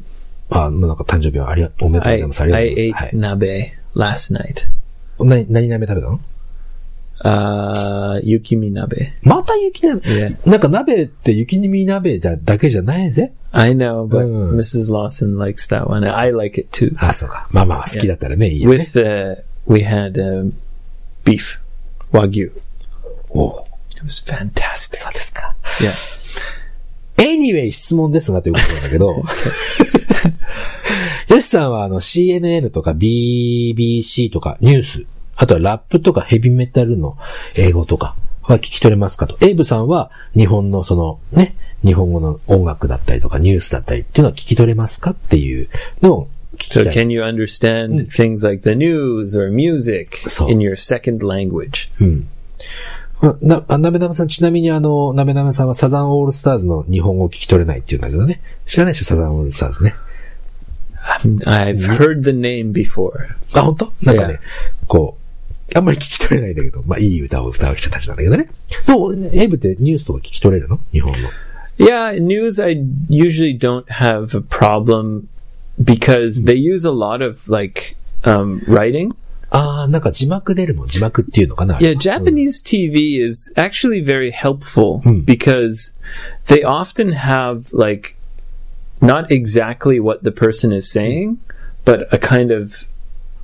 A: あの、なんか誕生日はありが、おめでとうご
B: I,
A: ざいます。ありが
B: I
A: とうござい
B: ate
A: ます。はい。
B: nabe last night.
A: なに、何鍋食べたの
B: Uh, yukimi nabe.
A: また雪鍋、
B: Yeah.
A: なんか鍋って雪にみ鍋じゃ、だけじゃないぜ。
B: I know, but
A: Mm.
B: Mrs. Lawson likes that one. I like it too.
A: あ、そうか。まあまあ、好きだったらね、いいよね。
B: With uh, we had um, beef, wagyu.
A: おう
B: It was fantastic.
A: そうですか。
B: Yeah.
A: Anyway, 質問ですがということなんだけど。ヨシさんはあの CNN とか BBC とかニュース、あとはラップとかヘビメタルの英語とかは聞き取れますかと。エイブさんは日本のそのね、日本語の音楽だったりとかニュースだったりっていうのは聞き取れますかっていうのを聞き
B: So
A: たい。
B: can you understand things like the news or music
A: So-
B: in your second language?
A: うんな、あなべなべさん、ちなみにあの、なべなべさんはサザンオールスターズの日本語を聞き取れないっていうんだけどね。知らないでしょ、サザンオールスターズね。
B: I'm- I've heard the name before.
A: あ、本当なんかね
B: いや、
A: こう、あんまり聞き取れないんだけど、まあいい歌を歌う人たちなんだけどね。どう、エイブってニュースとか聞き取れるの日本の。
B: Yeah, news I usually don't have a problem because they use a lot of like um, writing.
A: ああ、なんか字幕出るもん、字幕っていうのかなあれ
B: Yeah, Japanese TV is actually very helpful because they often have like not exactly what the person is saying, but a kind of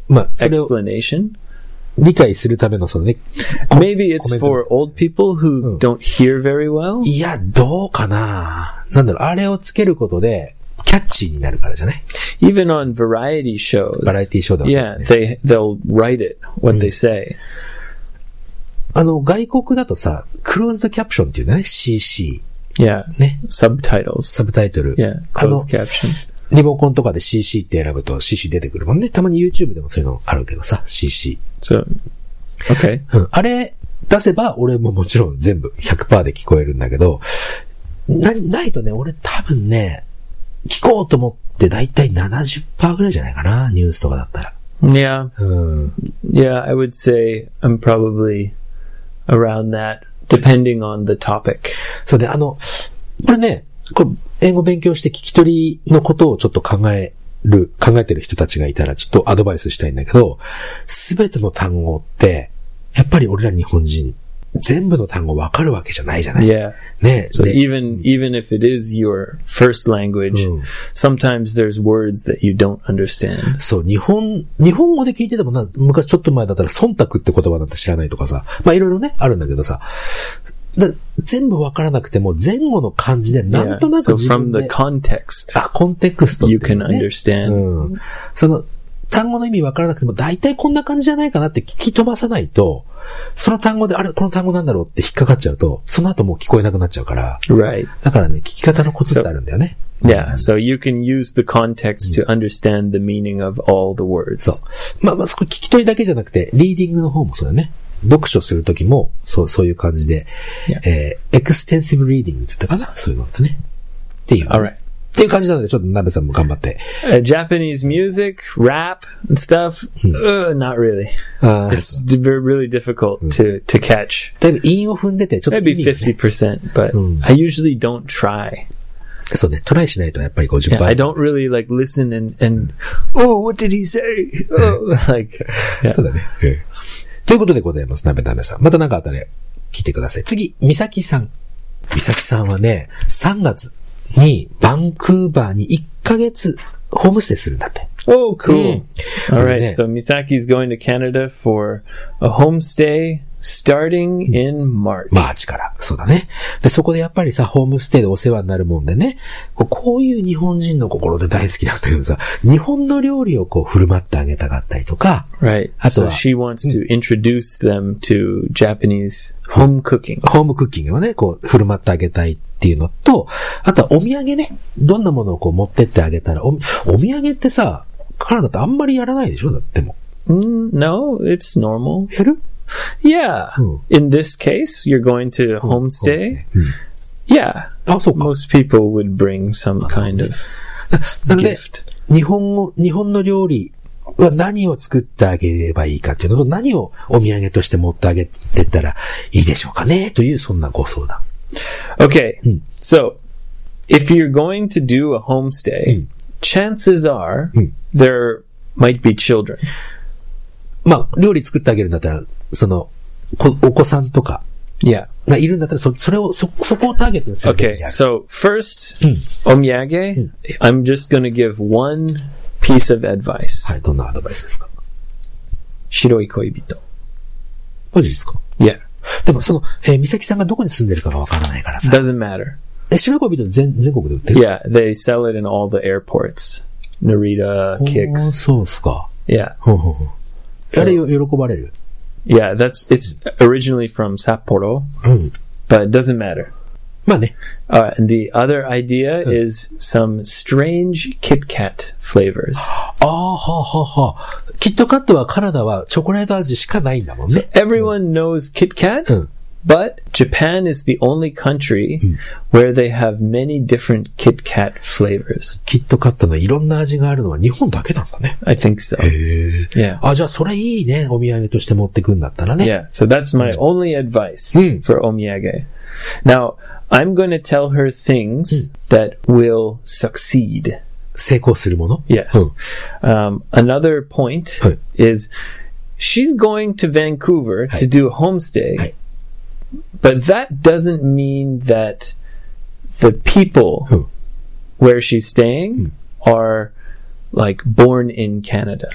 A: まあ、それを
B: explanation.
A: 理解するためのそのね、
B: Maybe it's
A: comment-
B: for old people who don't hear very well.
A: いや、どうかななんだろう、あれをつけることで、キャッチーになるからじゃね
B: Even on variety shows.
A: バラエティショーだそう
B: Yeah, Hmm.
A: だね。
B: they they'll write it what they say.
A: あの、外国だとさ、クローズドキャプションっていうね、CC、
B: Yeah.
A: ね、
B: Subtitles.
A: サブタイトル。
B: yeah,
A: あの
B: closed、caption.
A: リモコンとかで CC って選ぶと CC 出てくるもんね。たまに YouTube でもそういうのあるけどさ、CC。
B: So okay.
A: うん、あれ出せば俺ももちろん全部100%で聞こえるんだけど、な、ないとね、俺多分ね、聞こうと思ってだいたい70%ぐらいじゃないかな、ニュースとかだったら。
B: Yeah.
A: うん。
B: Yeah, I would say I'm probably around that, depending on the topic.
A: そうで、あの、これね、これ英語勉強して聞き取りのことをちょっと考える、考えてる人たちがいたらちょっとアドバイスしたいんだけど、すべての単語って、やっぱり俺ら日本人、全部の単語わかるわけじゃないじゃない。
B: Yeah.
A: ね
B: So
A: で
B: even even if it is your first language,
A: Mm.
B: sometimes there's words that you don't understand.
A: そう、日本、日本語で聞いててもな、昔ちょっと前だったら忖度って言葉なんて知らないとかさ、まあいろいろね、あるんだけどさ、だ全部わからなくても前後の漢字でなん
B: Yeah.
A: となく
B: So
A: 自
B: from
A: 分
B: the
A: で、
B: context,
A: あ、コンテクストってい
B: you
A: うの
B: can
A: ね
B: understand.
A: うん。その、単語の意味わからなくても、大体こんな感じじゃないかなって聞き飛ばさないと、その単語で、あれ、この単語なんだろうって引っかかっちゃうと、その後もう聞こえなくなっちゃうから、
B: Right.
A: だからね、聞き方のコツってあるんだよね。
B: Yeah. So you can use the context to understand the meaning of all the words.
A: まあまあ、そこ聞き取りだけじゃなくて、リーディングの方もそうだよね。読書するときも、そう、そういう感じで、
B: Yeah.
A: えー、エクステンシブリーディングって言ったかなそういうのってね。っていう。
B: All right.
A: っていう感じなので、ちょっと鍋さんも頑張って。
B: Uh, Japanese music, rap, and stuff. Uh, not really.
A: あー
B: It's d- ver- really difficult to to catch.
A: だいぶ韻を踏んでて、ちょっと意
B: Maybe
A: 味がね、
B: fifty percent, but I usually don't try.
A: そうね、トライしないとやっぱり
B: Yeah,
A: 50%。
B: I don't really like listen and and oh, what did he say? Oh, [laughs] like yeah.
A: そうだね。ええということでございます。なべなべさん。またなんかあったら聞いてください。次、みさきさん。みさきさんはね、3月にバンクーバーに1ヶ月ホームステイするんだって。
B: oh, cool. All right,
A: Yeah.
B: so Misaki's going to Canada for a homestay, starting in March.
A: マーチから。そうだね。で、そこでやっぱりさ、ホームステイでお世話になるもんでね、こうこういう日本人の心で大好きなんだけどさ、日本の料理をこう振る舞ってあげたかったりとか、
B: Right. So
A: あとは-
B: she wants to introduce them to Japanese home cooking.
A: ホームクッキングをね、こう、振る舞ってあげたいっていうのと、あとはお土産ね、どんなものをこう持ってってあげたら、お、お土産ってさ、カナダってあんまりやらないでしょだっても
B: Mm, no, it's normal.
A: う。やる
B: Yeah.
A: Hmm.
B: In this case, you're going to
A: そうです
B: homestay.
A: ねうん
B: Yeah.
A: あ、そうか。
B: Most people would bring some kind [laughs] of
A: なので、
B: gift.
A: 日本語、日本の料理は何を作ってあげればいいかっていうのと、何をお土産として持ってあげてったらいいでしょうかねという、そんなご相談。
B: Okay. So, if you're going to do a homestay, chances are there might be children.
A: まあ、料理作ってあげるんだったら、その、こお子さんとか
B: Yeah.
A: がいるんだったら、そそれを、そ、そこをターゲットにするべき
B: Okay.
A: である。
B: So, first, omyage, I'm just going to give one piece of advice.
A: はい、どんなアドバイスですか
B: Shiroi koibito.
A: マジですか
B: Yeah.
A: でもその、えー、美咲さんがどこに住んでるかがわからないからさ。
B: Doesn't matter.
A: え、白子ビート全、全国で売ってる
B: Yeah, they sell it in all the airports. Narita,
A: おー
B: Kicks.
A: そうっすか。
B: Yeah.
A: ほうほうほうあれよ、喜ばれる
B: Yeah, that's it's originally from Sapporo,
A: うん。
B: but it doesn't matter.
A: まあね。
B: Uh, and the other idea is some strange Kit Kat flavors.
A: ああ、はあ、はあ、はあ。キットカットはカナダはチョコレート味しかないんだもんね。
B: Everyone knows Kit Kat,
A: Mm.
B: but Japan is the only country where they have many different Kit Kat flavors.
A: キットカットのいろんな味があるのは日本だけなんだね。
B: I think so.
A: へえ。
B: Yeah.
A: あ、じゃあそれいいね。お土産として持ってくんだったらね。
B: Yeah, so that's my only advice
A: Mm.
B: for omiyage. Now, I'm going to tell her things that will succeed.
A: 成功するもの
B: Yes. Um, another point
A: Hey.
B: is she's going to Vancouver to
A: Hey.
B: do a homestay,
A: Hey.
B: but that doesn't mean that the people
A: Who? Hmm.
B: where she's staying are like born in Canada.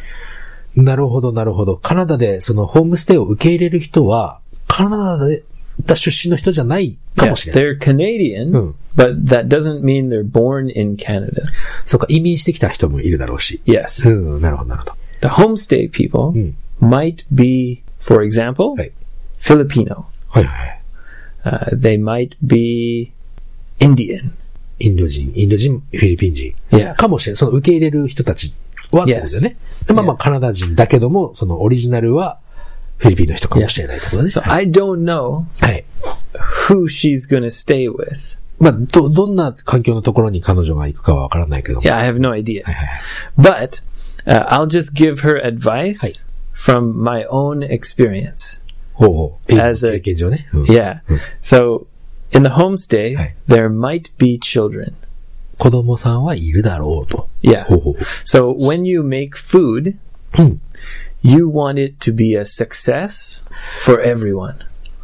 A: うん。なるほど、なるほど。カナダでそのホームステイを受け入れる人は、カナダでだ出身の人じゃないか
B: Yeah,
A: もしれない。
B: they're Canadian,
A: Hmm.
B: but that doesn't mean they're born in Canada.
A: そうか、移民してきた人もいるだろうし。
B: Yes.
A: うん、なるほど、なるほど。
B: The homestay people
A: Hmm.
B: might be, for example,
A: Hey.
B: Filipino.
A: はいはいはい。
B: Uh, they might be Indian.
A: インド人、インド人、フィリピン人。
B: Yeah.
A: かもしれない。その受け入れる人たちはってことだよね。まあまあ、カナダ人だけども、そのオリジナルはフィリピンの人かもしれないってことだね。
B: So
A: はい。
B: I don't know
A: はい。
B: who she's going to stay with.
A: まあ、ど、どんな環境のところに彼女が行くかはわからないけども。
B: Yeah, I have no idea.
A: はいはいはい。
B: But uh, I'll just give her advice
A: Hi.
B: from my own experience.
A: ほうほう。
B: As a-
A: 経験上ね。うん
B: Yeah. So in the
A: Hmm.
B: homestay,
A: Hi.
B: there might be children.
A: 子供さんはいるだろうと。
B: Yeah.
A: ほうほう。
B: So when you make food,
A: Hmm.
B: you want it to be a success for everyone.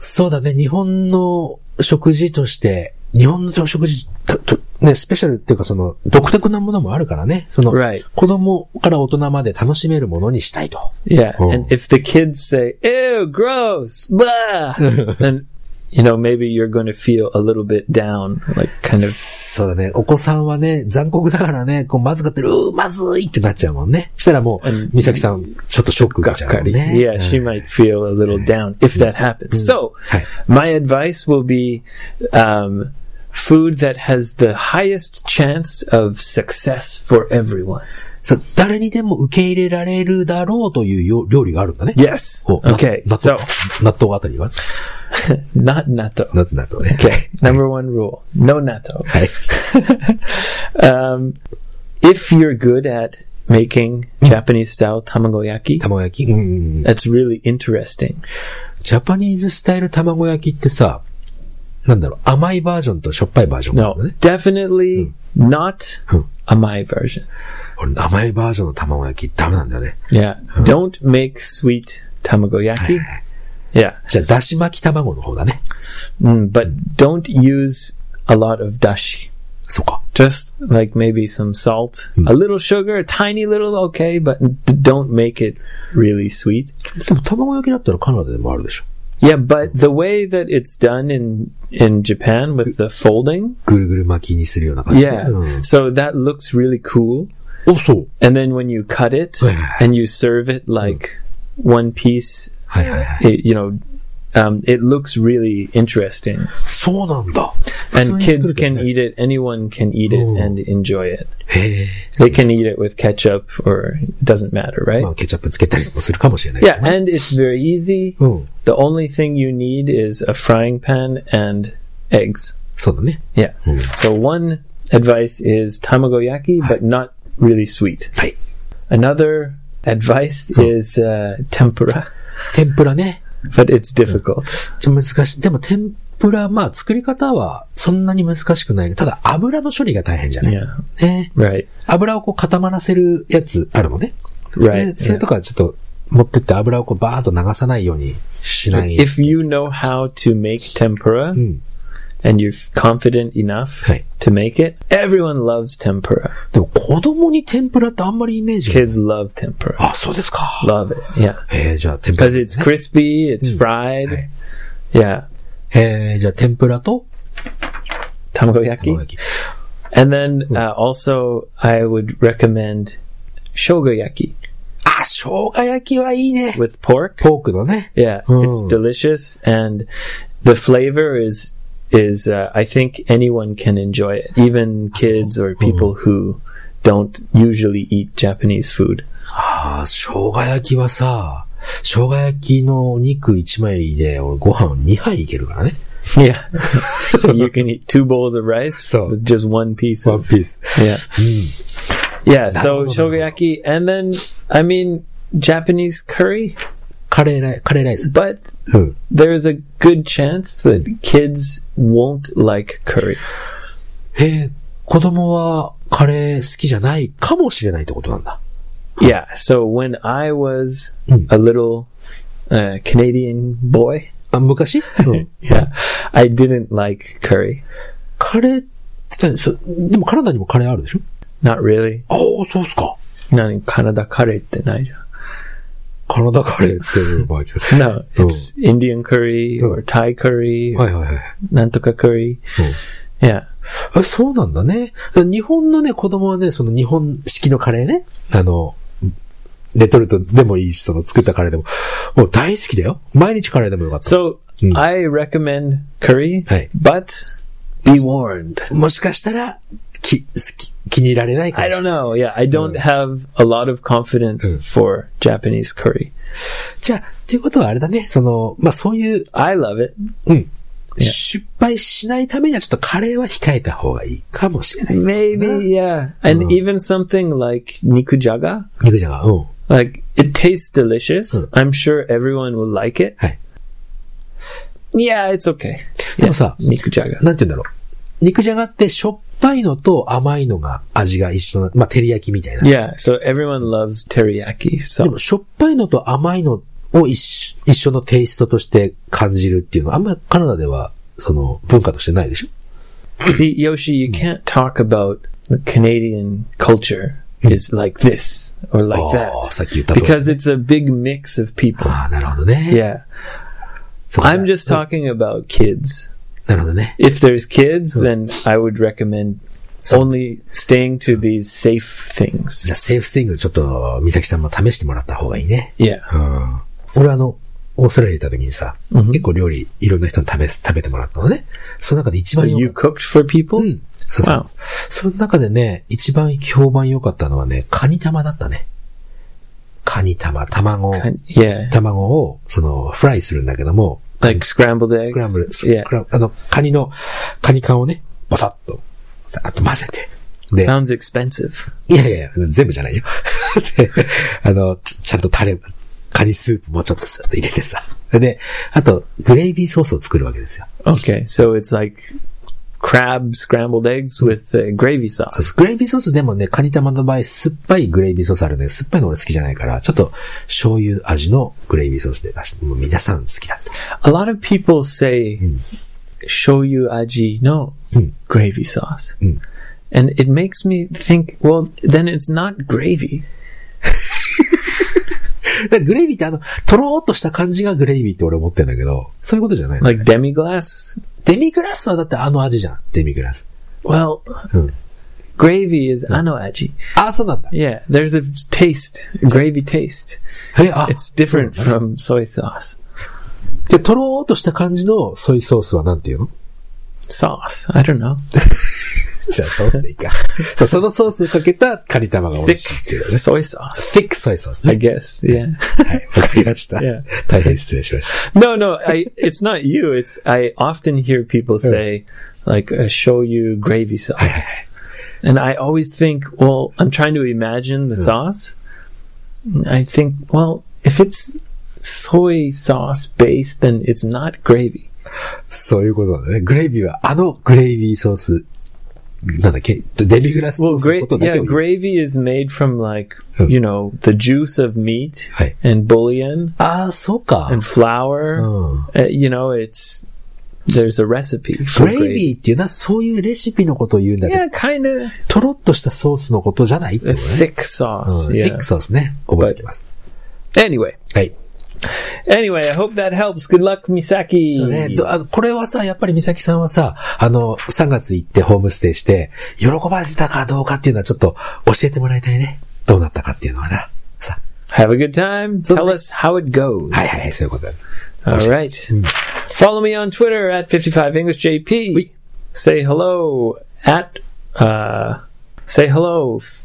A: そうだね、日本の食事として、日本の食事と、とね、スペシャルっていうかその、独特なものもあるからね。その、
B: Right.
A: 子供から大人まで楽しめるものにしたいと。
B: Yeah,
A: Oh.
B: and if the kids say "ew, gross," [laughs] blah, then you know maybe you're going to feel a little bit down, like kind of
A: そうだね。お子さんはね、残酷だからね、こう、まずかってる、うーまずいってなっちゃうもんね。したらも
B: うん
A: う、美咲さん、ちょっとショック受けちゃうもん
B: gakkari.
A: ね。
B: Yeah, she
A: うん
B: might feel a little down if that happens. So,
A: Hi.
B: my advice will be um, food that has the highest chance of success for everyone.
A: そう、誰にでも受け入れられるだろうというよ料理があるんだね。
B: Yes.
A: おな
B: Okay.
A: 納
B: So,
A: 豆、納豆あたりは
B: not natto.
A: な納豆ね。
B: Okay. Number one rule: no natto.
A: はい。
B: um, if you're good at making
A: Hmm.
B: Japanese style tamagoyaki,
A: 卵焼き。うんうんうん。
B: that's really interesting.
A: ジャパニーズスタイル卵焼きってさ、なんだろう、甘いバージョンとしょっぱいバージョンがあ
B: No,
A: るのね。
B: definitely not
A: Hmm.
B: a my version.
A: 俺、甘いバージョンの卵焼きダメなんだよね。
B: Yeah, don't make sweet tamagoyaki.
A: Ah.
B: Yeah,
A: じゃあ、だし巻き卵の方だね。
B: mm, but don't use a lot of dashi.
A: そうか。
B: Just like maybe some salt,
A: Hmm.
B: a little sugar, a tiny little, okay, but d- don't make it really sweet.
A: でも卵焼きだったらカナダでもあるでしょ。
B: Yeah, but the way that it's done in in Japan with the folding,
A: ぐるぐる巻きにするような感じで。
B: yeah.
A: うん
B: So that looks really cool.
A: お、そう。
B: And then when you cut it
A: Yeah.
B: and you serve it like one piece,
A: はいはいはい。
B: it, you know, um, it looks really interesting.
A: そうなんだ。
B: And
A: 普通に
B: kids
A: 作る
B: can
A: んだよね
B: eat it. Anyone can eat it
A: Oh.
B: and enjoy it.
A: へえ。
B: They can eat it with ketchup or it doesn't matter, right?
A: まあ、ケチャップつけたりもするかもしれないけ
B: Yeah,
A: どね。
B: and it's very easy.
A: うん。
B: The only thing you need is a frying pan and eggs.
A: そうだね。
B: Yeah. So one advice is tamagoyaki, but not really sweet.
A: はい。
B: Another advice is uh, tempura,
A: 天ぷらね。
B: but it's difficult.
A: ちょ難しい。でも天ぷら、まあ作り方はそんなに難しくない。ただ油の処理が大変じゃない、
B: Yeah.
A: ね
B: Right.
A: 油をこう固まらせるやつあるのね。そ
B: Right.
A: れそれとかちょっと持ってって油をこうバーッと流さないようにしない。
B: If you know how to Hmm. make tempura
A: Mm.
B: and you're confident enough
A: Right.
B: to make it, everyone loves tempura.
A: でも子供に天ぷらってあんまりイメージが。
B: Kids love tempura.
A: あ、そうですか。
B: Love it. Yeah.
A: えー、じゃあ天ぷら、
B: Because it's crispy, it's fried.
A: Right.
B: Yeah.
A: えー、じゃあ天ぷらと
B: Tamagoyaki.
A: 卵焼き。
B: And then uh, also, I would recommend shogoyaki
A: あ、生姜焼きはいいね。
B: with pork.
A: ポークのね。
B: Yeah, it's
A: Mm.
B: delicious, and the flavor is is uh, I think anyone can enjoy it, even kids or people who don't usually eat Japanese food.
A: ああ、生姜焼きはさ、生姜焼きのお肉1枚で、俺ご飯2杯いけるからね。
B: Yeah, [laughs] so you can eat two bowls of rice
A: So-
B: with just one piece.
A: ワン
B: Of,
A: ピース。
B: yeah, yeah.
A: な
B: So
A: るほど、
B: shogoyaki, and then I mean Japanese curry,
A: カレーライ、カレーライス。
B: but
A: うん。
B: there's a good chance that kids won't like curry.
A: へえ、子供はカレー好きじゃないかもしれないってことなんだ。
B: Yeah. So when I was
A: Mm.
B: a little uh, Canadian boy,
A: あ、 [laughs] 昔うん。
B: yeah, I didn't like curry.
A: カレーって、そでもカナダにもカレーあるでしょ
B: Not really.
A: ああ、そうっすか。
B: Not in Canada curry tonight.
A: カナダカレーって、まあ、聞 [laughs] く
B: No, it's Indian curry or Thai curry,
A: はいはいはい。
B: Nantuka curry.
A: Mm.
B: Yeah.
A: え、そうなんだね。日本のね、子供はね、その日本式のカレーね。あの、レトルトでもいいし、その作ったカレーでも。もう大好きだよ。毎日カレーでもよかった。
B: So
A: Mm.
B: I recommend curry,
A: Hey.
B: but be warned.
A: もしかしたら、き、好き、気に入られないか
B: I
A: もしれ
B: don't
A: ない。
B: know. Yeah, I don't have a lot of confidence for Japanese curry.
A: じゃあ、っていうことはあれだね。その、まあ、そういう、
B: I love it.
A: うん。
B: Yeah.
A: 失敗しないためにはちょっとカレーは控えた方がいいかもしれない。
B: Maybe, yeah. And
A: Mm.
B: even something like nikujaga,
A: 肉じゃが、うん。
B: like it tastes delicious.
A: Mm.
B: I'm sure everyone will like it.
A: Hey.
B: Yeah, it's okay.
A: でもさ、
B: Nikujaga.
A: なんて言うんだろう。肉じゃがってしょっぱいのと甘いのが味が一緒な、まあ、照り焼きみたいな。
B: Yeah, so everyone loves teriyaki
A: で
B: sauce.
A: も、しょっぱいのと甘いのを一緒一緒のテイストとして感じるっていうのは、あんまりカナダでは、その、文化としてないでしょ
B: See, Yoshi, you can't talk about the Canadian culture is like this or like
A: ああ、
B: that
A: さっき言ったと。
B: because Hmm. Oh, it's a big mix of people.
A: ああ、なるほどね。
B: Yeah.
A: そうだ
B: I'm just talking about kids.
A: なるほどね。
B: if there's kids, then I would recommend only staying to these safe
A: じ
B: things.
A: ゃあ、セーフスティング、ちょっと、美咲さんも試してもらった方がいいね。
B: Oh, Yeah.
A: うん。俺あの、オーストラリア行った時にさ、結構料理、いろんな人に食べす、食べてもらったのね。その中で一
B: So
A: 番良か
B: you
A: った
B: cooked for
A: う
B: people?
A: ん。そうそうそう
B: Wow.
A: その中でね、一番評判良かったのはね、カニ玉だったね。カニ玉、卵。
B: Kind- Yeah.
A: 卵を、その、フライするんだけども、
B: Like scrambled
A: スクランブル、
B: eggs.
A: ス
B: Yeah.
A: クランあの、カニの、カニ缶をね、ボサッと、あと混ぜて。で、
B: Sounds expensive.
A: いやいやいや、全部じゃないよ。 [laughs] で、あの、ちちゃんとタレ、カニスープもちょっとスッと入れてさ。で、あと、グレイビーソースを作るわけですよ。
B: Okay. So it's like crab scrambled eggs with uh, gravy
A: そう
B: sauce.
A: そうグレイビーソースでもね、カニ玉の場合、酸っぱいグレイビーソースあるんで、酸っぱいの俺好きじゃないから、ちょっと醤油味のグレイビーソースで出して、もう皆さん好きだった。
B: A lot of people say shoyu aji no gravy sauce.
A: Mm.
B: And it makes me think, well, then it's not gravy.
A: だから [laughs] グレイビーってあの、とろーっとした感じがグレイビーって俺思ってんだけど、そういうことじゃないの、
B: Like demi glass?
A: デミグラスはだってあの味じゃん。デミグラス。
B: Well,
A: Hmm.
B: gravy is anoaji.
A: あ、そうなんだ。
B: Yeah, there's a taste, a gravy taste.
A: え、あ、
B: It's different from soy sauce.
A: で、とろーっとした感じのソイソースはなんていうの
B: Sauce. I don't know.
A: じゃあソースでいい [laughs] か。そう、そのソースをかけたカニ玉が美
B: Thick
A: 味しいっていうね。
B: [laughs] soy sauce.
A: スティックソイソース
B: I
A: ね。
B: guess. Yeah.
A: はい、わかりました。
B: Yeah.
A: 大変失礼しまし
B: No, no. I. It's not you. It's I often hear people say like a shoyu gravy [laughs] sauce, and I always think, well, I'm trying to imagine the sauce. I think, well, if it's soy sauce based, then it's not gravy.
A: た。そういうことなんだね。グレイビーはあのグレイビーソース、なんだっけデミグラスソ
B: Well,
A: ースの
B: gra-
A: ことだ
B: yeah,
A: けを言う
B: gravy is made from like
A: Hmm.
B: you know the juice of meat
A: Hey.
B: and bouillon
A: ああ、そうか。
B: and
A: う
B: flour.
A: ん。
B: Uh, you know, it's there's a recipe.
A: グ
B: For
A: レイビーっていうのはそういうレシピのことを言うんだけど、
B: Yeah, kind of
A: とろっとしたソースのことじゃないってこ
B: a
A: とね。
B: thick
A: うん、
B: sauce.
A: ティッ
B: Yeah.
A: クソースね。覚えておきます。
B: Anyway,
A: はい。
B: anyway, I hope that helps. Good luck, Misaki.
A: そうね。どあのこれはさ、やっぱり美咲さんはさ、あの、3月行ってホームステイして、喜ばれたかどうかっていうのはちょっと教えてもらいたいね。どうなったかっていうのはな。さ。
B: Have a good time.
A: So
B: Tell
A: ne-
B: us how it goes.
A: はいはいはい、そういうことだ。
B: All right. Follow me on Twitter at 55EnglishJP.
A: Oui.
B: Say hello at, uh, say hello. f-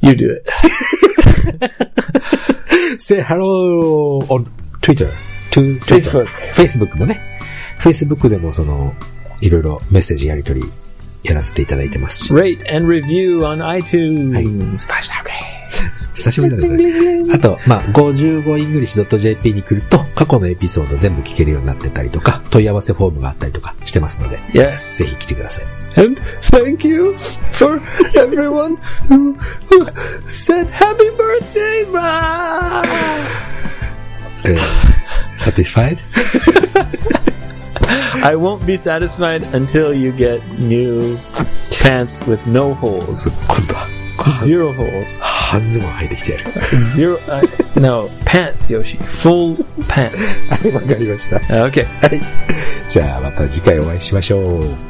B: You do it.
A: Say hello on Twitter, to
B: Facebook
A: Facebook もね。Facebook でもその、いろいろメッセージやりとりやらせていただいてますし。
B: Rate and review on iTunes. Five star rating.
A: 久しぶりなんですね。あと、まあ、55english.jp に来ると、過去のエピソード全部聞けるようになってたりとか、問い合わせフォームがあったりとかしてますので、
B: Yes.
A: ぜひ来てください。
B: And thank you for everyone who, who said happy birthday, Ma!
A: えー、サティファイ
B: I won't be satisfied until you get new pants with no holes.
A: 今度は、
B: Zero holes.
A: 半ズボン履いてきてやる。
B: Zero. Uh, no, pants, Yoshi. Full pants.
A: はい、わかりました。
B: Okay.
A: はい。じゃあ、また次回お会いしましょう。